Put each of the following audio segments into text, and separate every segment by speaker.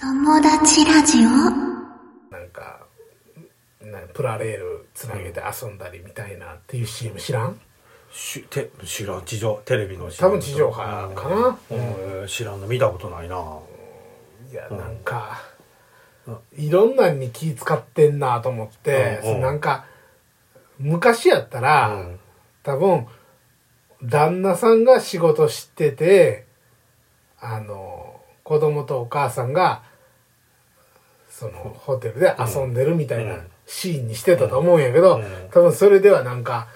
Speaker 1: 友達ラジオ
Speaker 2: なんかなんプラレールつなげて遊んだりみたいなっていう CM 知らん
Speaker 3: して知らん地上テレビの知ら
Speaker 2: 多
Speaker 3: ん
Speaker 2: 分地上波かな、
Speaker 3: うん知らんの見たことないない
Speaker 2: やなんか、いろんなんに気使ってんなと思って、
Speaker 3: うんうん
Speaker 2: なんか昔やったら、
Speaker 3: うん
Speaker 2: 多分旦那さんが仕事しててあの子供とお母さんがそのホテルで遊んでるみたいなシーンにしてたと思うんやけど、
Speaker 3: うん
Speaker 2: 多分それではなんか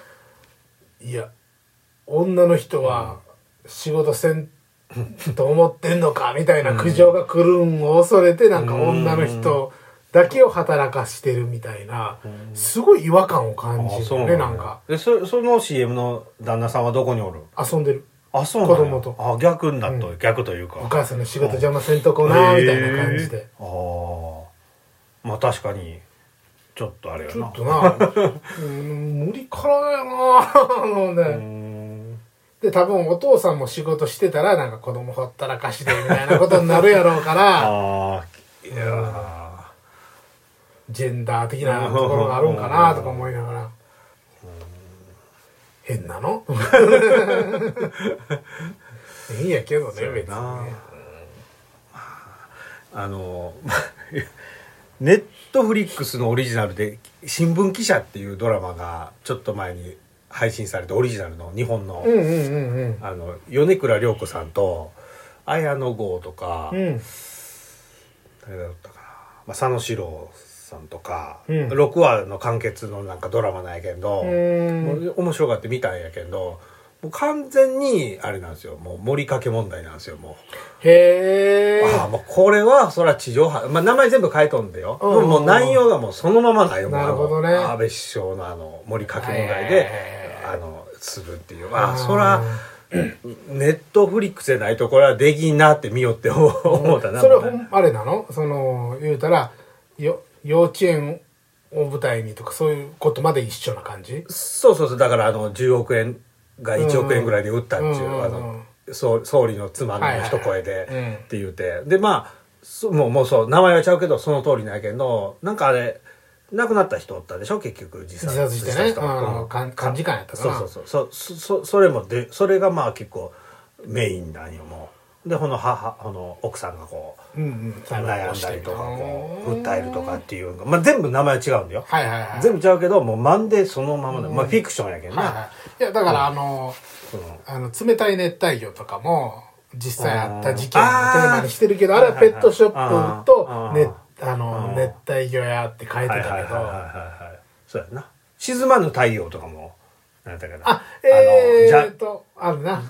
Speaker 2: いや女の人は仕事せんと思ってんのかみたいな苦情が来るんを恐れてなんか女の人だけを働かしてるみたいなすごい違和感を感じるね
Speaker 3: や
Speaker 2: なんか
Speaker 3: でそその CM の旦那さんはどこにおる
Speaker 2: 遊んでる
Speaker 3: あそうなんや
Speaker 2: 子供と
Speaker 3: あ逆になっと、逆というか
Speaker 2: お母さんの仕事邪魔せんとこなみたいな感じで
Speaker 3: へーああまあ確かにちょっとあれや
Speaker 2: ちょ
Speaker 3: な
Speaker 2: っとな うん無理からやなもう
Speaker 3: う
Speaker 2: ね
Speaker 3: ーん
Speaker 2: で多分お父さんも仕事してたらなんか子供ほったらかしてみたいなことになるやろうか ら
Speaker 3: ああいやー
Speaker 2: ジェンダー的なところがあるんかなとか思いながら変な のいいんやけどね別にね
Speaker 3: まああの ネットフリックスのオリジナルで「新聞記者」っていうドラマがちょっと前に配信されてオリジナルの日本の,、
Speaker 2: うんうんうんうん
Speaker 3: あの米倉涼子さんと綾野剛とか、
Speaker 2: うん
Speaker 3: 誰だったかな、まあ、佐野史郎さんとか、
Speaker 2: うん
Speaker 3: 6話の完結のなんかドラマなんやけんど、
Speaker 2: うん
Speaker 3: もう面白がって見たんやけんどもう完全にあれなんですよもう盛りかけ問題なんですよもう。
Speaker 2: へえ
Speaker 3: ああ、もうこれは、そら地上波。まあ、名前全部変えとんでよ。
Speaker 2: うん
Speaker 3: でももう内容がもうそのままだよ。もうあの
Speaker 2: なるほどね
Speaker 3: 安倍首相のあの、森かけ問題
Speaker 2: はいはい
Speaker 3: で
Speaker 2: はい、
Speaker 3: あの、するっていう。ま
Speaker 2: あ
Speaker 3: あ、
Speaker 2: ー
Speaker 3: そら、ネットフリックスでないとこれはできんなって見よって思思ったな。
Speaker 2: それは
Speaker 3: も
Speaker 2: ほ
Speaker 3: うね
Speaker 2: んあれなのその言うたらよ幼稚園を舞台にとかそういうことまで一緒な感じ
Speaker 3: そうそうそう。だから、あの、10億円が1億円ぐらいで売ったっていうう。
Speaker 2: ん
Speaker 3: あ
Speaker 2: うんうん
Speaker 3: の、総総理の妻の一声
Speaker 2: はいはいはいうん
Speaker 3: で、って言うて。で、まあ、そもう、もうそう、名前はちゃうけど、その通りなんやけど、なんかあれ、亡くなった人おったでしょ結局、自
Speaker 2: 自
Speaker 3: 殺
Speaker 2: 殺してね
Speaker 3: 人
Speaker 2: う
Speaker 3: うん
Speaker 2: んかん漢字感やったか
Speaker 3: そう
Speaker 2: な
Speaker 3: そうそうそそそそれもでそれがまあ結構メインなんよもうでこの母この奥さんがこう
Speaker 2: うんうん
Speaker 3: 悩んだりとかこう
Speaker 2: うん
Speaker 3: 訴えるとかっていうのが、まあ、全部名前違うんだよ、
Speaker 2: はいはいはい
Speaker 3: 全部違うけどもうまんでそのままで、まあフィクションやけど
Speaker 2: はい
Speaker 3: な、
Speaker 2: はい、いやだからあの,、あの冷たい熱帯魚とかも実際あった事件をテーマにしてるけど
Speaker 3: あ
Speaker 2: あ
Speaker 3: ー
Speaker 2: れはペットショップと
Speaker 3: あー
Speaker 2: ね
Speaker 3: あ
Speaker 2: あの
Speaker 3: うん
Speaker 2: 熱帯魚屋って書いてた
Speaker 3: はい
Speaker 2: け
Speaker 3: はい
Speaker 2: ど、
Speaker 3: はいはいはいはいそうやな沈まぬ太陽とかもなんだかな
Speaker 2: あ
Speaker 3: の
Speaker 2: え
Speaker 3: じ
Speaker 2: ー、
Speaker 3: ゃ
Speaker 2: っとあるな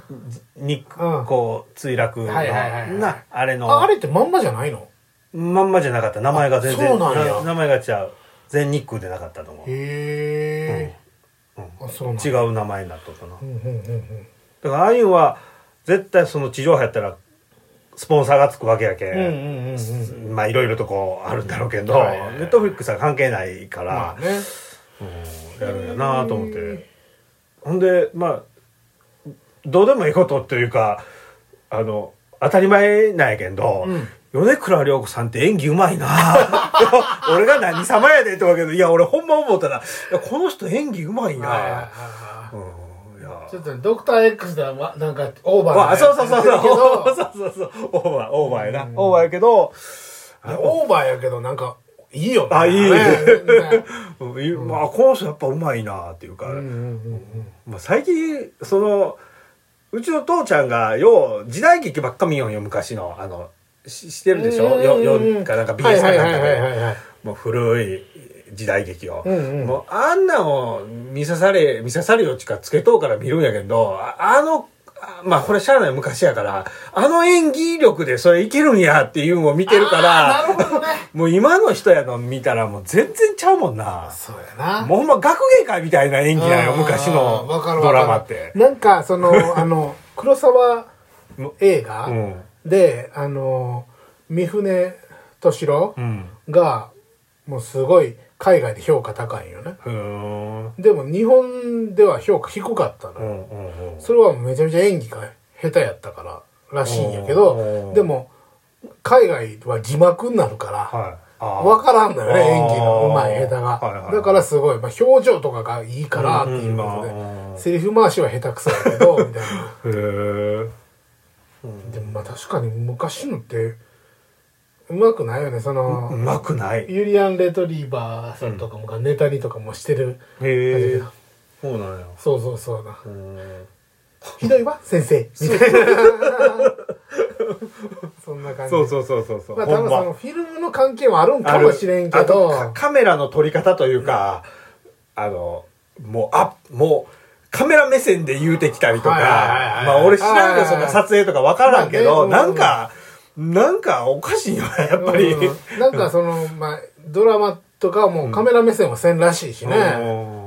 Speaker 3: に
Speaker 2: うん
Speaker 3: こう墜落の、
Speaker 2: はいはいはいはい
Speaker 3: なあれの
Speaker 2: ああれってまんまじゃないの
Speaker 3: まんまじゃなかった名前が全然
Speaker 2: あそうなんや
Speaker 3: 名前が違う全日空でなかったと思う
Speaker 2: へえ、あそうなん
Speaker 3: 違
Speaker 2: だ
Speaker 3: う名前になっとったな
Speaker 2: うんうんうんうん
Speaker 3: だからああいうのは絶対その地上波やったらスポンサーがつくわけやけ、
Speaker 2: うんうんうんうん
Speaker 3: まあいろいろとこうあるんだろうけど、
Speaker 2: はいはいはい
Speaker 3: ネットフリックスは関係ないか
Speaker 2: ま
Speaker 3: ら、
Speaker 2: あね
Speaker 3: うんやるんやなと思ってほんでまあどうでもいいことというかあの当たり前なんやけんど、米倉涼子さんって演技うまいな 俺が何様やでってわけどいや俺ほんま思ったらいやこの人演技うまいな、
Speaker 2: はいはいはいは
Speaker 3: うんいや
Speaker 2: いちょっとねドクター X ではわなんかオーバーな
Speaker 3: わあそうそうそうそう
Speaker 2: やつやってるけど
Speaker 3: そうそうそうオーバーオーバーやな、オーバーやけど
Speaker 2: オーバーやけどなんかいいよね
Speaker 3: あいい
Speaker 2: ね全然
Speaker 3: うんいまあこの人やっぱうまいなっていうか、
Speaker 2: うんうんうんうん
Speaker 3: まあ、最近そのうちの父ちゃんがよう時代劇ばっか見よんよ昔のあのししてるでしょ、よよかなんか BS
Speaker 2: はい
Speaker 3: か
Speaker 2: はい
Speaker 3: な
Speaker 2: は
Speaker 3: んか
Speaker 2: いはいはい
Speaker 3: で
Speaker 2: はい
Speaker 3: もう古い時代劇を、
Speaker 2: うんうん
Speaker 3: もうあんなんを見さされ見さされよっちかつけとうから見るんやけどああのあまあこれしゃあない昔やからあの演技力でそれいけるんやっていうのを見てるから
Speaker 2: あーなるほどね
Speaker 3: もう今の人やの見たらもう全然ちゃうもんな。
Speaker 2: そうやな
Speaker 3: もうほんま学芸会みたいな演技なんよ、昔の
Speaker 2: わかるわかる
Speaker 3: ドラマって。
Speaker 2: なんかそのあの黒沢映画
Speaker 3: うん
Speaker 2: であの三船敏郎
Speaker 3: うん。
Speaker 2: がもうすごい海外で評価高いんよね
Speaker 3: ふーん。
Speaker 2: でも日本では評価低かったの
Speaker 3: う
Speaker 2: よ、
Speaker 3: んうんうん。
Speaker 2: それはめちゃめちゃ演技が下手やったかららしいんやけ
Speaker 3: うんうんう
Speaker 2: ど
Speaker 3: ん
Speaker 2: でも海外は字幕になるから、
Speaker 3: はいあー
Speaker 2: 分からんのよね
Speaker 3: あー
Speaker 2: 演技のうまい下手が、
Speaker 3: はいはい
Speaker 2: だからすごい、まあ、表情とかがいいからっていうことで、
Speaker 3: うんうんうん
Speaker 2: セリフ回しは下手くそだけどみたいな
Speaker 3: へえ
Speaker 2: でもまあ確かに昔のってうまくないよねそうの、
Speaker 3: まくないへ
Speaker 2: ユリアン・レトリーバーさんとかもがネタにとかもしてる、
Speaker 3: えそうなんや
Speaker 2: そうそうそうな
Speaker 3: うん
Speaker 2: ひどいわ先生みたいなそんな感じ
Speaker 3: そうそうそうそうそう
Speaker 2: まあ多分そのフィルムの関係もあるん
Speaker 3: あ
Speaker 2: か
Speaker 3: る
Speaker 2: もしれんけ
Speaker 3: あと
Speaker 2: ど
Speaker 3: かカメラの撮り方というか、あのもうあもうカメラ目線で言うてきたりとか、
Speaker 2: はいはいはいはい
Speaker 3: まあ俺知らんけどそんな撮影とかわからんけど、
Speaker 2: まあね
Speaker 3: なんか、なんかおかしいよねやっぱり、
Speaker 2: うんなんかその、まあ、ドラマとかはもうカメラ目線はせんらしいしね、
Speaker 3: うんうん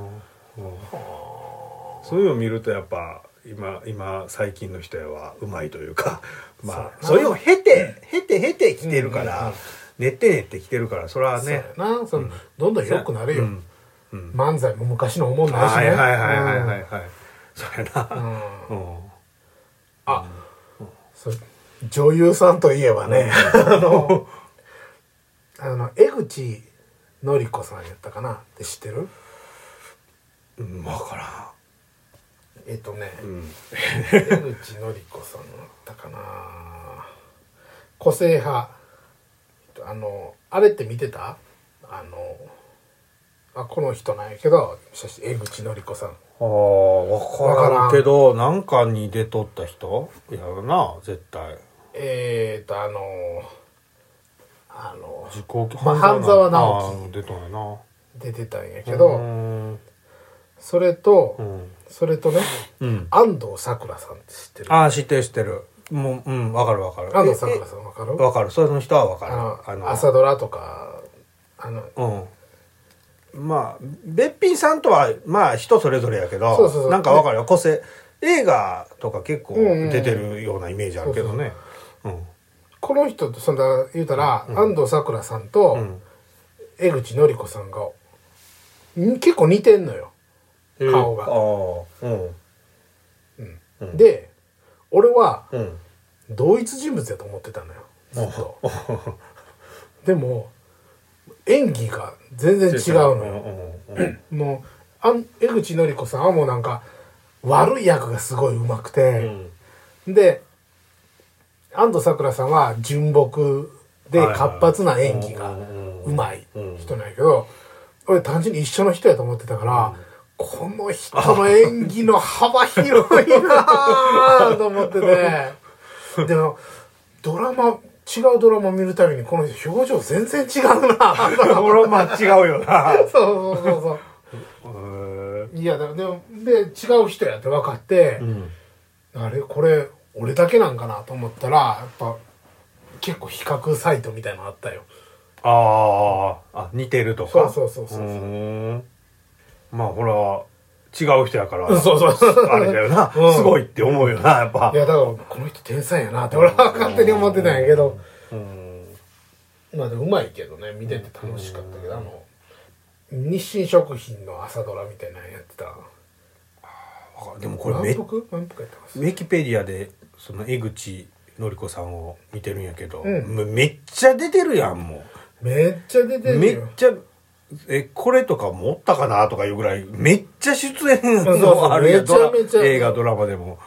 Speaker 3: そういうのを見るとやっぱ今今最近の人やはうまいというかまあそういうのを経て、経て経て来てるから、練って練って来てるからそれは
Speaker 2: そうや
Speaker 3: ね
Speaker 2: なその、どんどん良くなるよ、
Speaker 3: うんうん
Speaker 2: 漫才も昔の思うないし
Speaker 3: は
Speaker 2: ね
Speaker 3: いはいはいはいはいはいそ
Speaker 2: うん
Speaker 3: うやな、
Speaker 2: うん
Speaker 3: うん
Speaker 2: あ、そう女優さんといえばね、あのあの江口のり子さんやったかなって知ってる
Speaker 3: うん、分か
Speaker 2: えっとね、
Speaker 3: らん、うん、
Speaker 2: 江口のり子さんだったかな個性派あのあれって見てたあのあこの人なんやけどそして江口のり子さん
Speaker 3: ああ分からんけどなんかに出とった人やろな絶対
Speaker 2: えーとあのあの
Speaker 3: 自己
Speaker 2: まあ半沢直
Speaker 3: 樹出とんやな
Speaker 2: 出てたんやけど、
Speaker 3: うん
Speaker 2: それと、
Speaker 3: うん、
Speaker 2: それとね
Speaker 3: うん、
Speaker 2: 安藤サクラさんって知ってる
Speaker 3: ああ知ってる知ってるもううん分かる分かる
Speaker 2: 安藤サクラ
Speaker 3: え
Speaker 2: さんわかる
Speaker 3: え分かるその人は分
Speaker 2: あ
Speaker 3: か
Speaker 2: の
Speaker 3: るあの
Speaker 2: 朝ドラとかあの
Speaker 3: うんまあべっぴんさんとはまあ人それぞれやけど
Speaker 2: そうそうそう
Speaker 3: なんか分かるよ個性映画とか結構
Speaker 2: うんうんうん
Speaker 3: 出てるようなイメージあるけどねうん
Speaker 2: この人とそんな言うたら、安藤サクラさんと、
Speaker 3: うん
Speaker 2: 江口のり子さんがん結構似てんのよ、顔が
Speaker 3: ああうんうん
Speaker 2: で俺は
Speaker 3: うん
Speaker 2: 同一人物やと思ってたのよずっとでも演技が全然違うのよ
Speaker 3: うんうん
Speaker 2: もうあん江口のり子さんはもうなんか悪い役がすごい上手く
Speaker 3: う
Speaker 2: て、
Speaker 3: ん
Speaker 2: で安藤サクラさんは純朴で
Speaker 3: はいはい
Speaker 2: 活発な演技がうまい人なんやけど俺単純に一緒の人やと思ってたから、この人の演技の幅広いなぁと思って てでもドラマ違うドラマ見るたびにこの人表情全然違う なぁと
Speaker 3: こ
Speaker 2: 思って
Speaker 3: れはまあ違うよな
Speaker 2: そ
Speaker 3: へ
Speaker 2: うそうそうそう。
Speaker 3: え
Speaker 2: いやだでもで違う人やって分かって、
Speaker 3: うん
Speaker 2: あれこれ俺だけなんかなと思ったらやっぱ結構比較サイトみたいなのあったよ
Speaker 3: あーあ似てるとか
Speaker 2: そうそうそうそう
Speaker 3: ーんまあほら違う人やから
Speaker 2: そうそうそう
Speaker 3: あれだよな、
Speaker 2: うん
Speaker 3: すごいって思うよなやっぱ
Speaker 2: いやだからこの人天才やなって俺は勝手に思ってたんやけど、
Speaker 3: うん
Speaker 2: まあでもうまいけどね見てて楽しかったけど、あの日清食品の朝ドラみたいなのやってた
Speaker 3: わかでもこれ
Speaker 2: 満
Speaker 3: めウ
Speaker 2: 腹満腹やったかな
Speaker 3: ィキペディアでその江口のり子さんを見てるんやけど、
Speaker 2: うん
Speaker 3: めめっちゃ出てるやんも
Speaker 2: めっちゃ出て
Speaker 3: う
Speaker 2: る
Speaker 3: めっ
Speaker 2: よ
Speaker 3: ちゃえこれとか持ったかなとかいうぐらいめっちゃ出演
Speaker 2: そうそう
Speaker 3: のあるやん
Speaker 2: めちゃめちゃ
Speaker 3: ドラ映画ドラマでも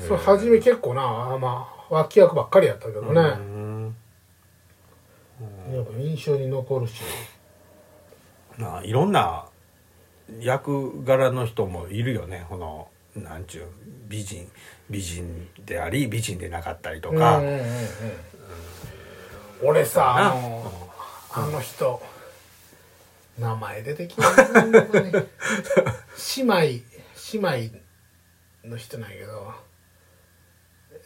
Speaker 2: そう初め結構なあまあ脇役ばっかりやったけどね、
Speaker 3: うん
Speaker 2: やっぱ印象に残るし
Speaker 3: まあいろんな役柄の人もいるよねこのなんちゅう美人美人であり美人でなかったりとか、
Speaker 2: うんうんうんうん俺さあのあの人名前出てきた 姉妹姉妹の人なんやけど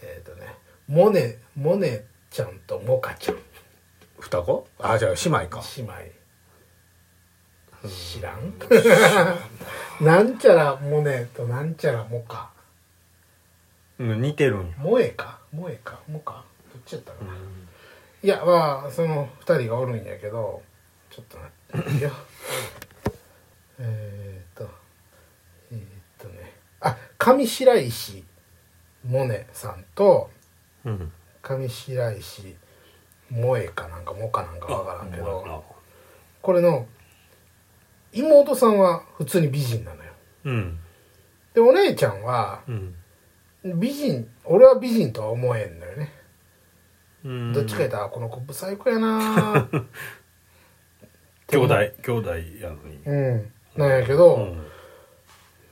Speaker 2: えっ、とねモネモネちゃんとモカちゃん
Speaker 3: 双子あじゃあ姉妹か
Speaker 2: 姉妹知らん なんちゃらモネとなんちゃらモカ
Speaker 3: うん似てるんよ
Speaker 2: 萌えか萌えかモかどっちやったかな、いやまあその2人がおるんやけどちょっと待っていやえー、っとえー、っとねあ上白石萌音さんと
Speaker 3: うん
Speaker 2: 上白石萌えかなんかモカなんかわからんけど
Speaker 3: あ
Speaker 2: これの妹さんは普通に美人なのよ
Speaker 3: うん
Speaker 2: でお姉ちゃんは
Speaker 3: うん
Speaker 2: 美人俺は美人とは思えんのよね
Speaker 3: うん
Speaker 2: どっちか言ったらこの子ブサイクや なー
Speaker 3: 兄弟兄弟やのに
Speaker 2: うんなんやけ
Speaker 3: う
Speaker 2: ど、
Speaker 3: ん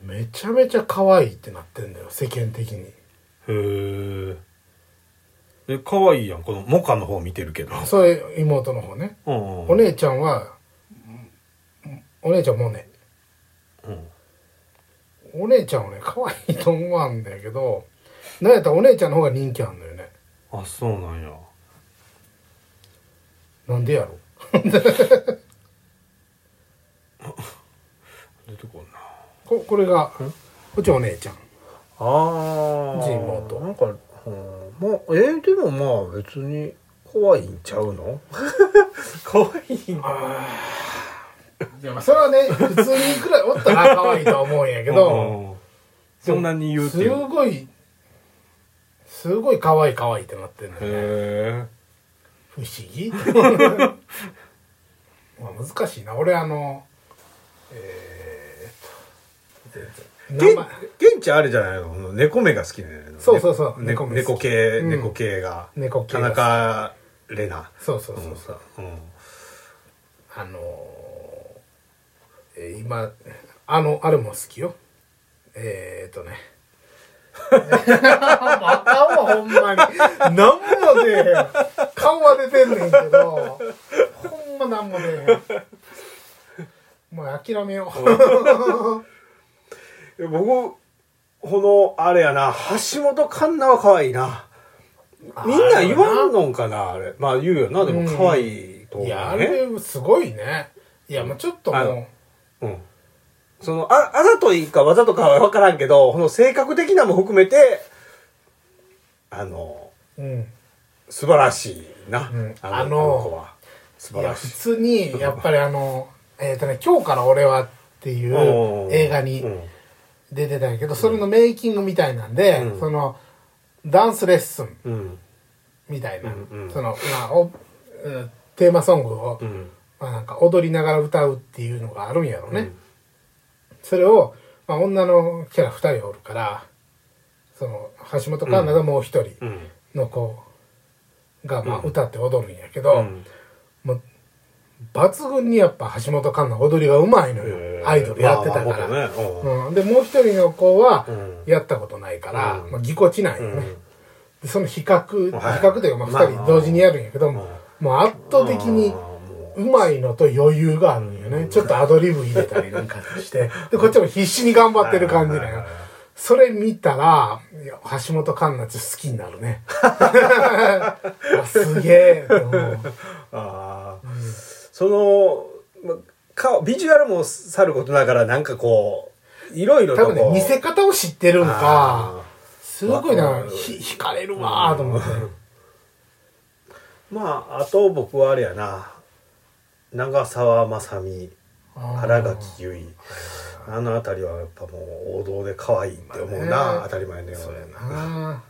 Speaker 2: めちゃめちゃ可愛いってなってんだよ世間的に
Speaker 3: へええ可愛いやんこのモカの方見てるけど
Speaker 2: それ妹の方ね
Speaker 3: うん
Speaker 2: お姉ちゃんはお姉ちゃんモネ
Speaker 3: うん
Speaker 2: お姉ちゃんはね可愛いと思わんだけどなんやったらお姉ちゃんの方が人気あんのよね
Speaker 3: あそうなんや
Speaker 2: なんでやろ
Speaker 3: 出てこんな
Speaker 2: ここれがこっちお姉ちゃん
Speaker 3: あ
Speaker 2: ジンモート
Speaker 3: なんか、うん、まあえーでもまあ別に怖いんちゃうの 怖いんか
Speaker 2: いやまあそれはね普通にいくらおったら可愛いとは思うんやけ
Speaker 3: け
Speaker 2: ど
Speaker 3: どそんなに言うて
Speaker 2: す
Speaker 3: いうへ
Speaker 2: ごいすごい可愛い可愛いってなってるのよね
Speaker 3: え
Speaker 2: 不思議 まあ難しいな俺あのえー、っと
Speaker 3: け
Speaker 2: 全然
Speaker 3: ん
Speaker 2: 名前
Speaker 3: けんちゃんあれじゃないのこの猫目が好きなの
Speaker 2: そうそうそう
Speaker 3: ね
Speaker 2: 猫
Speaker 3: 猫
Speaker 2: 目好き
Speaker 3: 系、
Speaker 2: うん
Speaker 3: 猫系が
Speaker 2: 猫系
Speaker 3: 田
Speaker 2: が
Speaker 3: 中玲奈
Speaker 2: そうそうそうそう、
Speaker 3: うん
Speaker 2: あのーえー今あのあれも好きよえー、っとね またわほんまに何も出えへん顔は出てんねんけどほんま何も出えへんもう諦めよう
Speaker 3: いや僕このあれやな橋本環奈は可愛いな みんな言わんのんかなあれまあ言うよなでも可愛いと思 う
Speaker 2: い
Speaker 3: ね、
Speaker 2: やあれすごいねいやもうちょっと
Speaker 3: あ
Speaker 2: も
Speaker 3: のうんそのああざといかわざとかは分からんけどこの性格的なも含めてあの
Speaker 2: う、うん、
Speaker 3: 素晴らしいな、
Speaker 2: うんあ
Speaker 3: あの
Speaker 2: の
Speaker 3: 子は素
Speaker 2: い
Speaker 3: 晴
Speaker 2: や
Speaker 3: ら
Speaker 2: 普
Speaker 3: しい
Speaker 2: 通にやっぱりあのえっ、とね「今日から俺は」っていう映画に、
Speaker 3: うん
Speaker 2: 出てたんやけどそれのメイキングみたいなんで、
Speaker 3: うん
Speaker 2: そのダンスレッスン
Speaker 3: うん
Speaker 2: みたいな、
Speaker 3: うんうん
Speaker 2: その、まあ、おうんテーマソングを、
Speaker 3: うん
Speaker 2: まあ、なんか踊りながら歌うっていうのがあるんやろね、それを、まあ、女のキャラ2人おるからその橋本環奈がもう一人
Speaker 3: うん
Speaker 2: の子が、まあ、
Speaker 3: うん
Speaker 2: 歌って踊るんやけ
Speaker 3: う
Speaker 2: ど、
Speaker 3: ん
Speaker 2: もう抜群にやっぱ橋本環奈踊りがうまいの
Speaker 3: え
Speaker 2: よ
Speaker 3: ー
Speaker 2: アイドルやってたか
Speaker 3: まあ
Speaker 2: ら、
Speaker 3: まあ元々ね
Speaker 2: うん、でもう一人の子は
Speaker 3: うん
Speaker 2: やったことないから、
Speaker 3: うん
Speaker 2: まあ、ぎこちないよ
Speaker 3: う
Speaker 2: ね、
Speaker 3: んうん
Speaker 2: でその比較比
Speaker 3: はい
Speaker 2: 較というか、ま
Speaker 3: まあ
Speaker 2: あ、2人同時にやるんやけども、もう圧倒的に
Speaker 3: あー
Speaker 2: う
Speaker 3: も
Speaker 2: まいのと余裕があるんよね、ちょっとアドリブ入れたりなんかしてでこっちも必死に頑張ってる感じだ
Speaker 3: はい
Speaker 2: よ、
Speaker 3: はいはいはい
Speaker 2: それ見たらいや橋本環奈ちょっと好きになる ねあすげえと思う
Speaker 3: ああ、その、ま、顔ビジュアルもさることながらなんかこういろいろと
Speaker 2: 多
Speaker 3: こう
Speaker 2: 分ね見せ方を知ってるのか
Speaker 3: あ
Speaker 2: すごいな
Speaker 3: わ
Speaker 2: ひ惹かれるわーと思って、
Speaker 3: ーまああと僕はあれやな長澤まさみ
Speaker 2: あー
Speaker 3: 新垣結衣あの辺りはやっぱもう王道で可愛いって思うな、
Speaker 2: まあね
Speaker 3: 当たり前のよ
Speaker 2: そう
Speaker 3: う
Speaker 2: や
Speaker 3: に
Speaker 2: な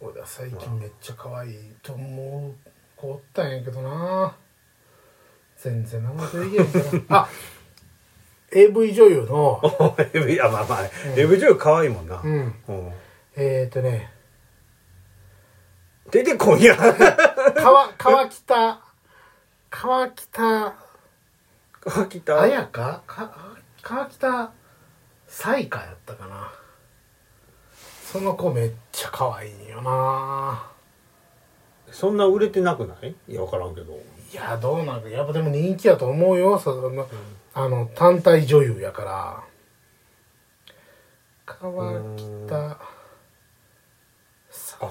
Speaker 2: 俺は最近めっちゃ可愛いと思う子おったんやけどな全然名前出てけへんからあ AV 女優の
Speaker 3: いやまあまあ、エブジュ可愛いもんな、
Speaker 2: うん
Speaker 3: うん
Speaker 2: えっ、ー、とね
Speaker 3: 出てこんや
Speaker 2: 川川北川北
Speaker 3: 秋田
Speaker 2: 綾香か川北彩香やったかなその子めっちゃ可愛いんよな
Speaker 3: そんな売れてなくないいや分からんけど
Speaker 2: いやどうなんかやっぱでも人気やと思うよその、あの単体女優やから川北
Speaker 3: あ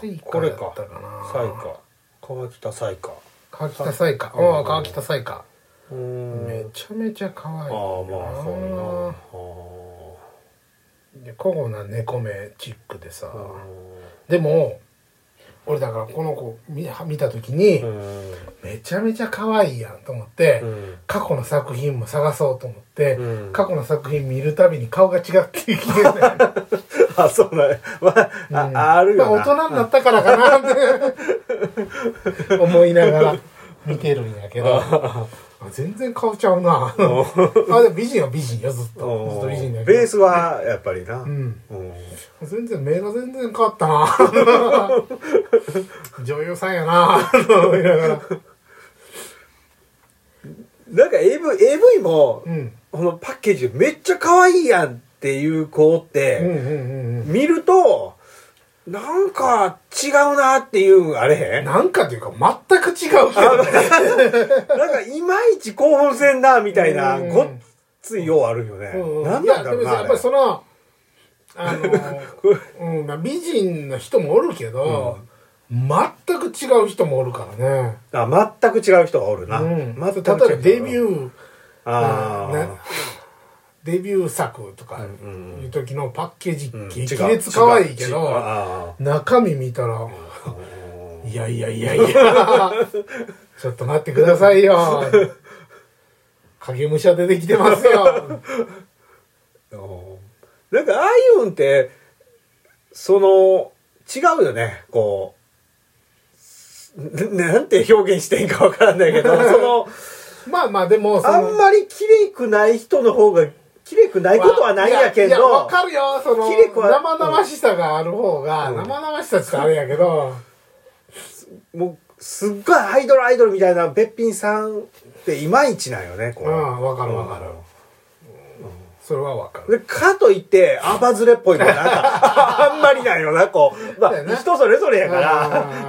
Speaker 2: 彩
Speaker 3: こ
Speaker 2: 香
Speaker 3: れ
Speaker 2: やっ
Speaker 3: か
Speaker 2: たかな
Speaker 3: 彩花川北彩花
Speaker 2: 川北彩香
Speaker 3: うん
Speaker 2: うん川北彩香
Speaker 3: うーん
Speaker 2: めちゃめちゃ可愛い
Speaker 3: ああまあそうやな
Speaker 2: で古豪な猫目チックでさ
Speaker 3: あー
Speaker 2: でも俺だからこの子見見た時に、
Speaker 3: うん
Speaker 2: めちゃめちゃ可愛いやんと思って、
Speaker 3: うん
Speaker 2: 過去の作品も探そうと思って、
Speaker 3: うん
Speaker 2: 過去の作品見るたびに顔が違っていきてね
Speaker 3: あそうなんやまあ ああるよな
Speaker 2: まあ大人になったからかなって 思いながら見てるんやけどあ全然顔ちゃうなあでも美人は美人よずっとずっと美人だけど
Speaker 3: ベースはやっぱりな、
Speaker 2: うん
Speaker 3: うん
Speaker 2: 全然目が全然変わった な女優さんやなと思いながら
Speaker 3: なんか AV, AV も、
Speaker 2: うん
Speaker 3: このパッケージめっちゃ可愛いやんっていう子
Speaker 2: うんう
Speaker 3: っ
Speaker 2: ん
Speaker 3: て、
Speaker 2: うんうん
Speaker 3: 見るとなんか違うなっていうあれへん
Speaker 2: なんかというか全く違うけどね
Speaker 3: なんかいまいち興奮せんなみたいな
Speaker 2: うん
Speaker 3: ごっついようあるよね、
Speaker 2: うんうん
Speaker 3: なんなんだろう
Speaker 2: いやでも
Speaker 3: な
Speaker 2: やっぱりそのあの
Speaker 3: これ
Speaker 2: うんまあ、美人の人もおるけど、全く違う人もおるからね、
Speaker 3: あ全く違う人がおるな、
Speaker 2: うん、例え
Speaker 3: 全く違う人
Speaker 2: ば
Speaker 3: がおる
Speaker 2: デビュー
Speaker 3: あー、
Speaker 2: ねデビュー作とか
Speaker 3: うんうん
Speaker 2: いう時のパッケージ、
Speaker 3: うん
Speaker 2: 激
Speaker 3: 違う
Speaker 2: 烈可愛いけ
Speaker 3: 違う
Speaker 2: ど
Speaker 3: あ
Speaker 2: 中身見たら
Speaker 3: ーうん
Speaker 2: いやいやいやい やちょっと待ってください よ影武者出てきてますよ
Speaker 3: なんかああいうんってその違うよねこうななんて表現していいんかわからないけ どその
Speaker 2: まあまあでもその
Speaker 3: あんまり綺麗くない人の方が綺麗くないことはないんやけ
Speaker 2: いやわ
Speaker 3: ど
Speaker 2: かるよその
Speaker 3: キリコは
Speaker 2: 生々しさがある方が、
Speaker 3: うん
Speaker 2: 生々しさって言ったらあれやけど
Speaker 3: もうすっごいアイドルアイドルみたいなべっぴんさんっていまいちなんよねこ
Speaker 2: う
Speaker 3: うん
Speaker 2: わかるわかる、それはわかる
Speaker 3: でかといってアバズレっぽいのはな んかあんまりなんよなこう、ま
Speaker 2: そうや
Speaker 3: あ、
Speaker 2: な
Speaker 3: 人それぞれやから。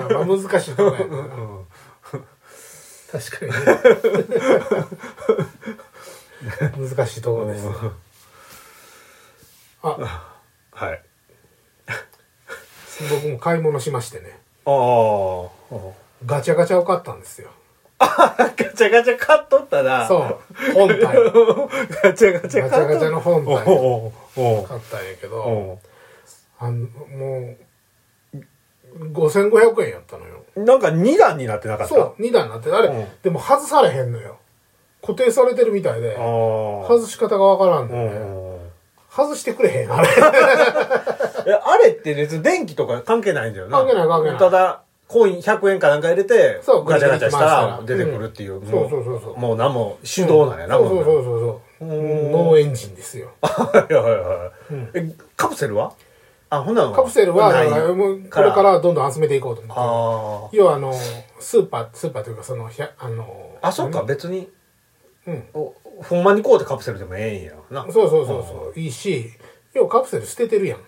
Speaker 2: ら、まあ、難しいとこやな
Speaker 3: うん
Speaker 2: 確かにね難しいところですあ
Speaker 3: はい。
Speaker 2: 僕も買い物しましてね
Speaker 3: ああ。
Speaker 2: ガチャガチャを買ったんですよ
Speaker 3: ガチャガチャ買っとったな。
Speaker 2: そう本体
Speaker 3: ガチャガチ
Speaker 2: ガ
Speaker 3: ャ買っとった。
Speaker 2: チャガチャの本体
Speaker 3: おうおう
Speaker 2: 買ったんやけ
Speaker 3: お
Speaker 2: ど
Speaker 3: う
Speaker 2: あのもう5500円やったのよ
Speaker 3: おうなんか2段になってなかった。
Speaker 2: そう2段になってるあれ、
Speaker 3: うん
Speaker 2: でも外されへんのよ固定されてるみたいで
Speaker 3: ああ。
Speaker 2: 外し方がわからん
Speaker 3: う
Speaker 2: のよね、
Speaker 3: んうん。
Speaker 2: 外してくれへんあれ
Speaker 3: えあれって別に電気とか関係ないんだよな。
Speaker 2: 関係ない関係ない
Speaker 3: ただ、コイン100円かなんか入れ て、
Speaker 2: そう
Speaker 3: ガチャガチャしたら
Speaker 2: ぐち
Speaker 3: 出
Speaker 2: ゃぐちゃ回したら
Speaker 3: てくるっていう。
Speaker 2: ん
Speaker 3: も
Speaker 2: そうそうそうそう
Speaker 3: もう何も手動なんやな、
Speaker 2: そうそうそう
Speaker 3: う。
Speaker 2: そうそう
Speaker 3: うん
Speaker 2: ノーエンジンですよ
Speaker 3: はいはいはい。
Speaker 2: うん
Speaker 3: え、カプセルはあ、ほんなの
Speaker 2: カプセルは
Speaker 3: な
Speaker 2: だ
Speaker 3: い
Speaker 2: からもうこれからどんどん集めていこうと思って
Speaker 3: あ
Speaker 2: 要はあのスーパースーパーというかそのひゃあの
Speaker 3: あ。あ、そっか、別に。
Speaker 2: うん
Speaker 3: おほんまにこうでカプセルでもええんやな
Speaker 2: そうそうそうそういいし要はカプセル捨ててるやん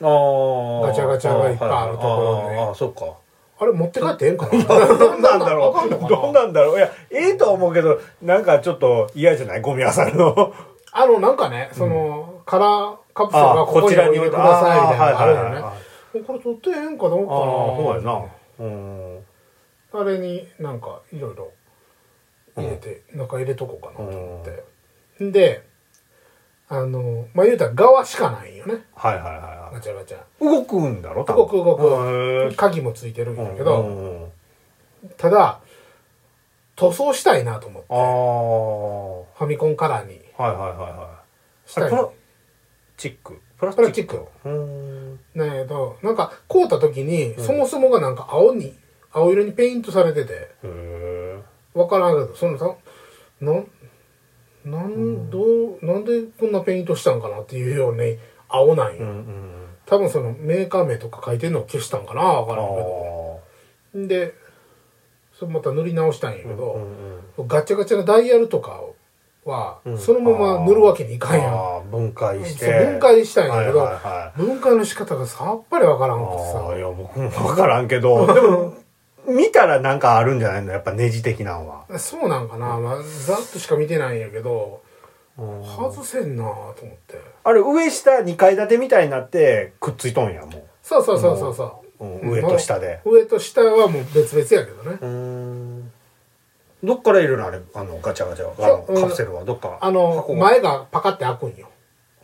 Speaker 3: あ
Speaker 2: ガチャガチャがいっぱいあるところで
Speaker 3: ああそっか
Speaker 2: あれ持って帰ってええんか な
Speaker 3: どうなんだろ
Speaker 2: あかんのかな
Speaker 3: うどうなんだろういやええとは思うけどなんかちょっと嫌じゃないゴミ漁るの
Speaker 2: あの、なんかね、その、カラーカプセルはここに置いてくださいみたいなのがあるよね。
Speaker 3: あ
Speaker 2: もうこれ取ってへんかどう
Speaker 3: あそう
Speaker 2: か
Speaker 3: や
Speaker 2: な。
Speaker 3: なうん
Speaker 2: あれになんかいろいろ入れて、中入れとこうかなと思って。で、あの、まあ、言うたら側しかないんよね。
Speaker 3: はいはいはいは
Speaker 2: ガチャガチャ。
Speaker 3: い動くんだろ多
Speaker 2: 動く動
Speaker 3: へ
Speaker 2: く。鍵もついてるんだ
Speaker 3: え
Speaker 2: け
Speaker 3: うん
Speaker 2: ど、
Speaker 3: うんうん
Speaker 2: ただ、塗装したいなと思って。
Speaker 3: ああ
Speaker 2: ファミコンカラーに
Speaker 3: はいはいは
Speaker 2: し
Speaker 3: いは
Speaker 2: たい。
Speaker 3: いプラ
Speaker 2: プ
Speaker 3: チックプラ
Speaker 2: ラスチック。
Speaker 3: うん
Speaker 2: なんやけど、なんか、買うた時に、そもそもがなんか青に、青色にペイントされてて、
Speaker 3: へえ
Speaker 2: わからんけど、そのさ、なん、なん、どう、なんでこんなペイントしたんかなっていうように、青なん
Speaker 3: うん
Speaker 2: よ。
Speaker 3: うん
Speaker 2: 多分そのメーカー名とか書いてるのを消したんかなわからんけど。
Speaker 3: あ
Speaker 2: んで、それまた塗り直したんやけ
Speaker 3: あうん
Speaker 2: ど、
Speaker 3: うん
Speaker 2: ガチャガチャのダイヤルとかは、
Speaker 3: うん
Speaker 2: そのまま塗るわけにいかんやん。
Speaker 3: あー分解して
Speaker 2: そう分解したいんやけど
Speaker 3: はいはいはい
Speaker 2: 分解の仕方がさっぱりわからんくて
Speaker 3: あ
Speaker 2: さ
Speaker 3: ーい。や僕も分からんけどでも見たらなんかあるんじゃないのやっぱネジ的なんは
Speaker 2: そうなんかな、まあ、ざっとしか見てないんやけど外せんなと思って
Speaker 3: あれ上下2階建てみたいになってくっついとんやも、
Speaker 2: そうそうそうそうそう
Speaker 3: う
Speaker 2: う、
Speaker 3: ん上と下で
Speaker 2: まあ上と下はもう別々やけどね、
Speaker 3: うんどっから入れるのあれあのガチャガチャあ
Speaker 2: そうう
Speaker 3: の
Speaker 2: ん
Speaker 3: カプセルはどっか
Speaker 2: あの
Speaker 3: 箱が
Speaker 2: 前がパカって開くんよ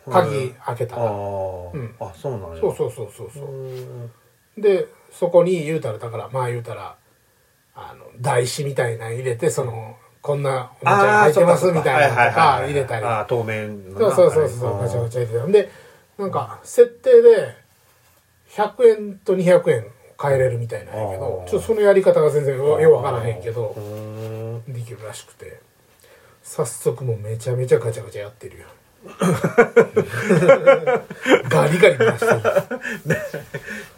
Speaker 3: うん
Speaker 2: 鍵開けた
Speaker 3: あ
Speaker 2: ら、
Speaker 3: ー、
Speaker 2: うん
Speaker 3: あそうなんや
Speaker 2: そうそうそうそうそう
Speaker 3: うん
Speaker 2: でそこに言うたらだからまあ言うたらあの台紙みたいなの入れてそのこんなおもちゃが入ってますみたいなのとか入れたり
Speaker 3: あーそっかそっかはいはいはいはいあー透明の
Speaker 2: そう
Speaker 3: な
Speaker 2: そうそうそうガチャガ
Speaker 3: チ
Speaker 2: チャ入れてたんでなんか設定で100円と200円変えれるみたいなんやけど
Speaker 3: あー
Speaker 2: ちょっとそのやり方が全然よようわからへんけど
Speaker 3: うん
Speaker 2: できるらしくて早速もうめちゃめちゃガチャガチャやって るよガリガリ回してる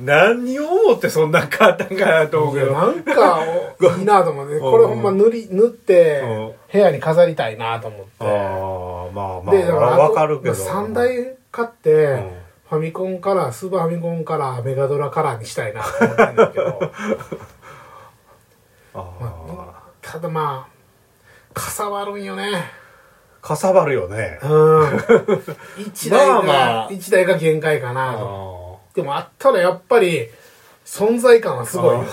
Speaker 3: 何を思ってそんなん買ったんかなと思うけど
Speaker 2: なんか いいなと思ってこれほんま塗り塗って
Speaker 3: うん
Speaker 2: 部屋に飾りたいなと思って
Speaker 3: ああまあまあ
Speaker 2: でだから
Speaker 3: わかるけど
Speaker 2: 3台買って、
Speaker 3: ん
Speaker 2: ファミコンカラースーパーファミコンカラーメガドラカラーにしたいなと思ってんだけ ど
Speaker 3: あ
Speaker 2: ただまあかさわるんよね
Speaker 3: ーかさばるよね
Speaker 2: うん1台が、
Speaker 3: まあまあ
Speaker 2: 一台が限界かなと
Speaker 3: あ
Speaker 2: でもあったらやっぱり存在感はすごいよ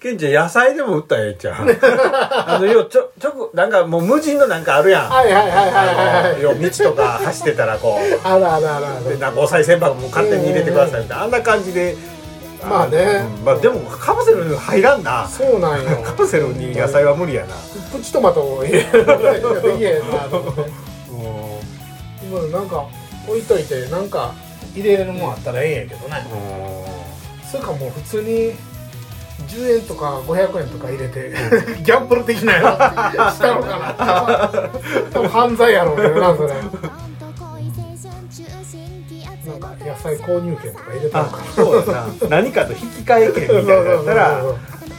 Speaker 3: ケンちゃん野菜でも売ったらええんちゃう あのよちょちょこなんかもう無人のなんかあるやん
Speaker 2: はいはいはいはいはいはい
Speaker 3: よ道とか走ってたらこう
Speaker 2: あらあらあらあら
Speaker 3: でなんかお賽銭箱も勝手に入れてくださいみたいなあんな感じで
Speaker 2: まあね
Speaker 3: うんまあでもカプセルに入らんな
Speaker 2: そうなんよ
Speaker 3: カプセルに野菜は無理やな
Speaker 2: プチトマトを入れるぐらいしかできへんなと思ってまあなんか置いといてなんか入れれるもんあったらええんやけどねそれかもう普通に10円とか500円とか入れてギャンブル的なや つしたのかな多分犯罪やろうけどなそれ
Speaker 1: な
Speaker 2: なん
Speaker 1: ん
Speaker 2: か
Speaker 1: か
Speaker 2: 野
Speaker 1: 野菜
Speaker 2: 菜購
Speaker 1: 購
Speaker 2: 入
Speaker 1: 入
Speaker 2: 券
Speaker 1: 券
Speaker 2: と
Speaker 1: と
Speaker 2: か
Speaker 1: か
Speaker 2: 入
Speaker 1: 入
Speaker 2: れ
Speaker 1: れ
Speaker 2: た
Speaker 1: た
Speaker 2: のか
Speaker 3: あそうやな何かと引き換え券みたいなのやったら
Speaker 2: そうそう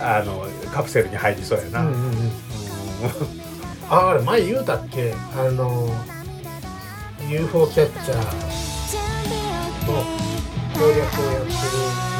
Speaker 3: あのカプセルに入りそうや
Speaker 2: な、
Speaker 3: な、
Speaker 2: うんうんうん、ああれ前言うたっけあの UFO キャッチャーの攻略をやってる